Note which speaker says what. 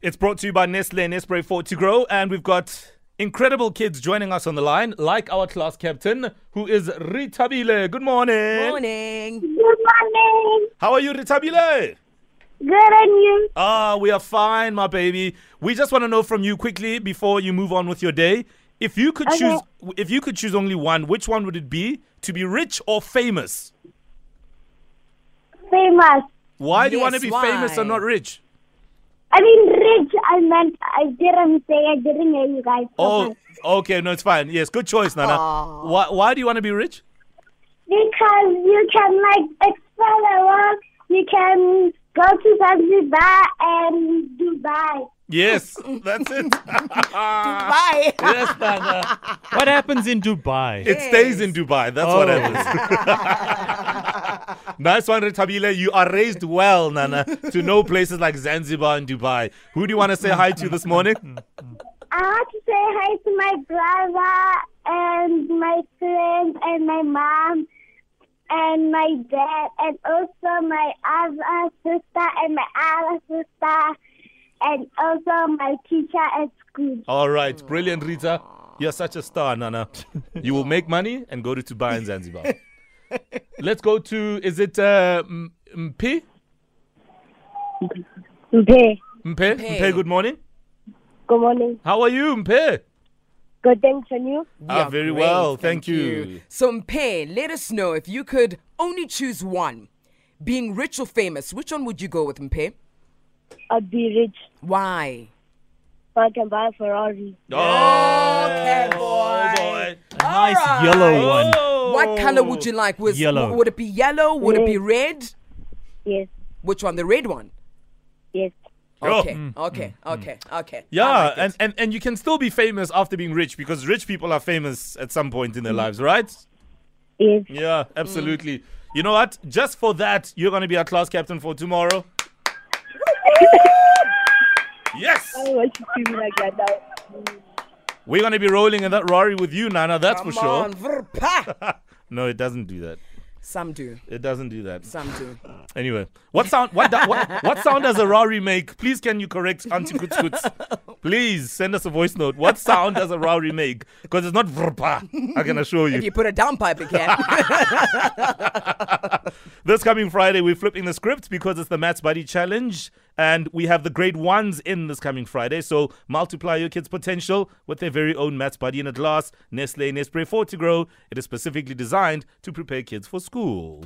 Speaker 1: It's brought to you by Nestle and Esprit Fort to Grow, and we've got incredible kids joining us on the line, like our class captain, who is Ritabile. Good morning.
Speaker 2: Morning.
Speaker 3: Good morning.
Speaker 1: How are you, Ritabile?
Speaker 3: Good and you.
Speaker 1: Ah, we are fine, my baby. We just want to know from you quickly before you move on with your day. If you could
Speaker 3: Okay.
Speaker 1: choose, if you could choose only one, which one would it be? To be rich or famous?
Speaker 3: Famous.
Speaker 1: Why do you want to be
Speaker 2: Yes,
Speaker 1: famous or
Speaker 2: why?
Speaker 1: not rich?
Speaker 3: I mean rich. I meant I didn't say I didn't hear you guys.
Speaker 1: Oh,
Speaker 3: Okay.
Speaker 1: okay, no, it's fine. Yes, good choice, Nana.
Speaker 2: Aw.
Speaker 1: Why, why do you want to be rich?
Speaker 3: Because you can like explore the world. You can go to Zanzibar and Dubai.
Speaker 1: Yes, that's it. Ah.
Speaker 2: Bye.
Speaker 1: yes, Nana.
Speaker 4: What happens in Dubai?
Speaker 1: It stays in Dubai. That's what
Speaker 4: Oh.
Speaker 1: happens. nice one, Ritabile. You are raised well, Nana, to know places like Zanzibar and Dubai. Who do you want to say hi to this morning?
Speaker 3: I want to say hi to my brother and my friends and my mom and my dad and also my other sister and my other sister and also my teacher at school.
Speaker 1: All right, brilliant, Rita. You're such a star, Nana. You will make money and go to Dubai and Zanzibar. Let's go to, is it uh, M- Mpe?
Speaker 3: Okay.
Speaker 1: Mpe?
Speaker 2: Mpe.
Speaker 1: Mpe, good morning.
Speaker 3: Good morning.
Speaker 1: How are you, Mpe?
Speaker 3: Good thanks and you.
Speaker 2: We
Speaker 1: Ah,
Speaker 2: are
Speaker 1: very
Speaker 2: great,
Speaker 1: well, thank you.
Speaker 2: So, Mpe, let us know if you could only choose one, being rich or famous, which one would you go with, Mpe?
Speaker 3: I'd be rich.
Speaker 2: Why?
Speaker 3: I can buy a Ferrari.
Speaker 1: Oh,
Speaker 2: Okay, boy.
Speaker 1: boy.
Speaker 4: A nice
Speaker 2: Alright.
Speaker 4: yellow one.
Speaker 1: Oh.
Speaker 2: What color would you like? Was
Speaker 4: Yellow.
Speaker 2: w- Would it be yellow? Would it be red?
Speaker 3: Yes.
Speaker 2: Which one? The red one.
Speaker 3: Yes.
Speaker 1: Oh.
Speaker 2: Okay. Okay. Okay. Okay.
Speaker 1: Yeah,
Speaker 2: I like
Speaker 1: and,
Speaker 2: it.
Speaker 1: and, and you can still be famous after being rich because rich people are famous at some point in their
Speaker 2: Mm-hmm.
Speaker 1: lives, right?
Speaker 3: Yes.
Speaker 1: Yeah, absolutely.
Speaker 2: Mm.
Speaker 1: You know what? Just for that, you're going to be our class captain for tomorrow. yes!
Speaker 3: want you to be like that now.
Speaker 1: We're going to be rolling in that Rari with you, Nana, that's
Speaker 2: Come
Speaker 1: for sure.
Speaker 2: on, vrpa.
Speaker 1: No, it doesn't do that.
Speaker 2: Some do.
Speaker 1: It doesn't do that.
Speaker 2: Some do.
Speaker 1: Anyway, what sound? What, do- what, what sound does a Rari make? Please, can you correct Auntie Kuts Kuts? Please send us a voice note. What sound does a Rari make? Because it's not vrpa. I can assure you.
Speaker 2: If you put a downpipe again.
Speaker 1: This coming Friday, we're flipping the script because it's the Maths Buddy Challenge, and we have the grade ones in this coming Friday. So multiply your kids' potential with their very own Maths Buddy in a glass, Nestle Nespre 4 to grow. It is specifically designed to prepare kids for school.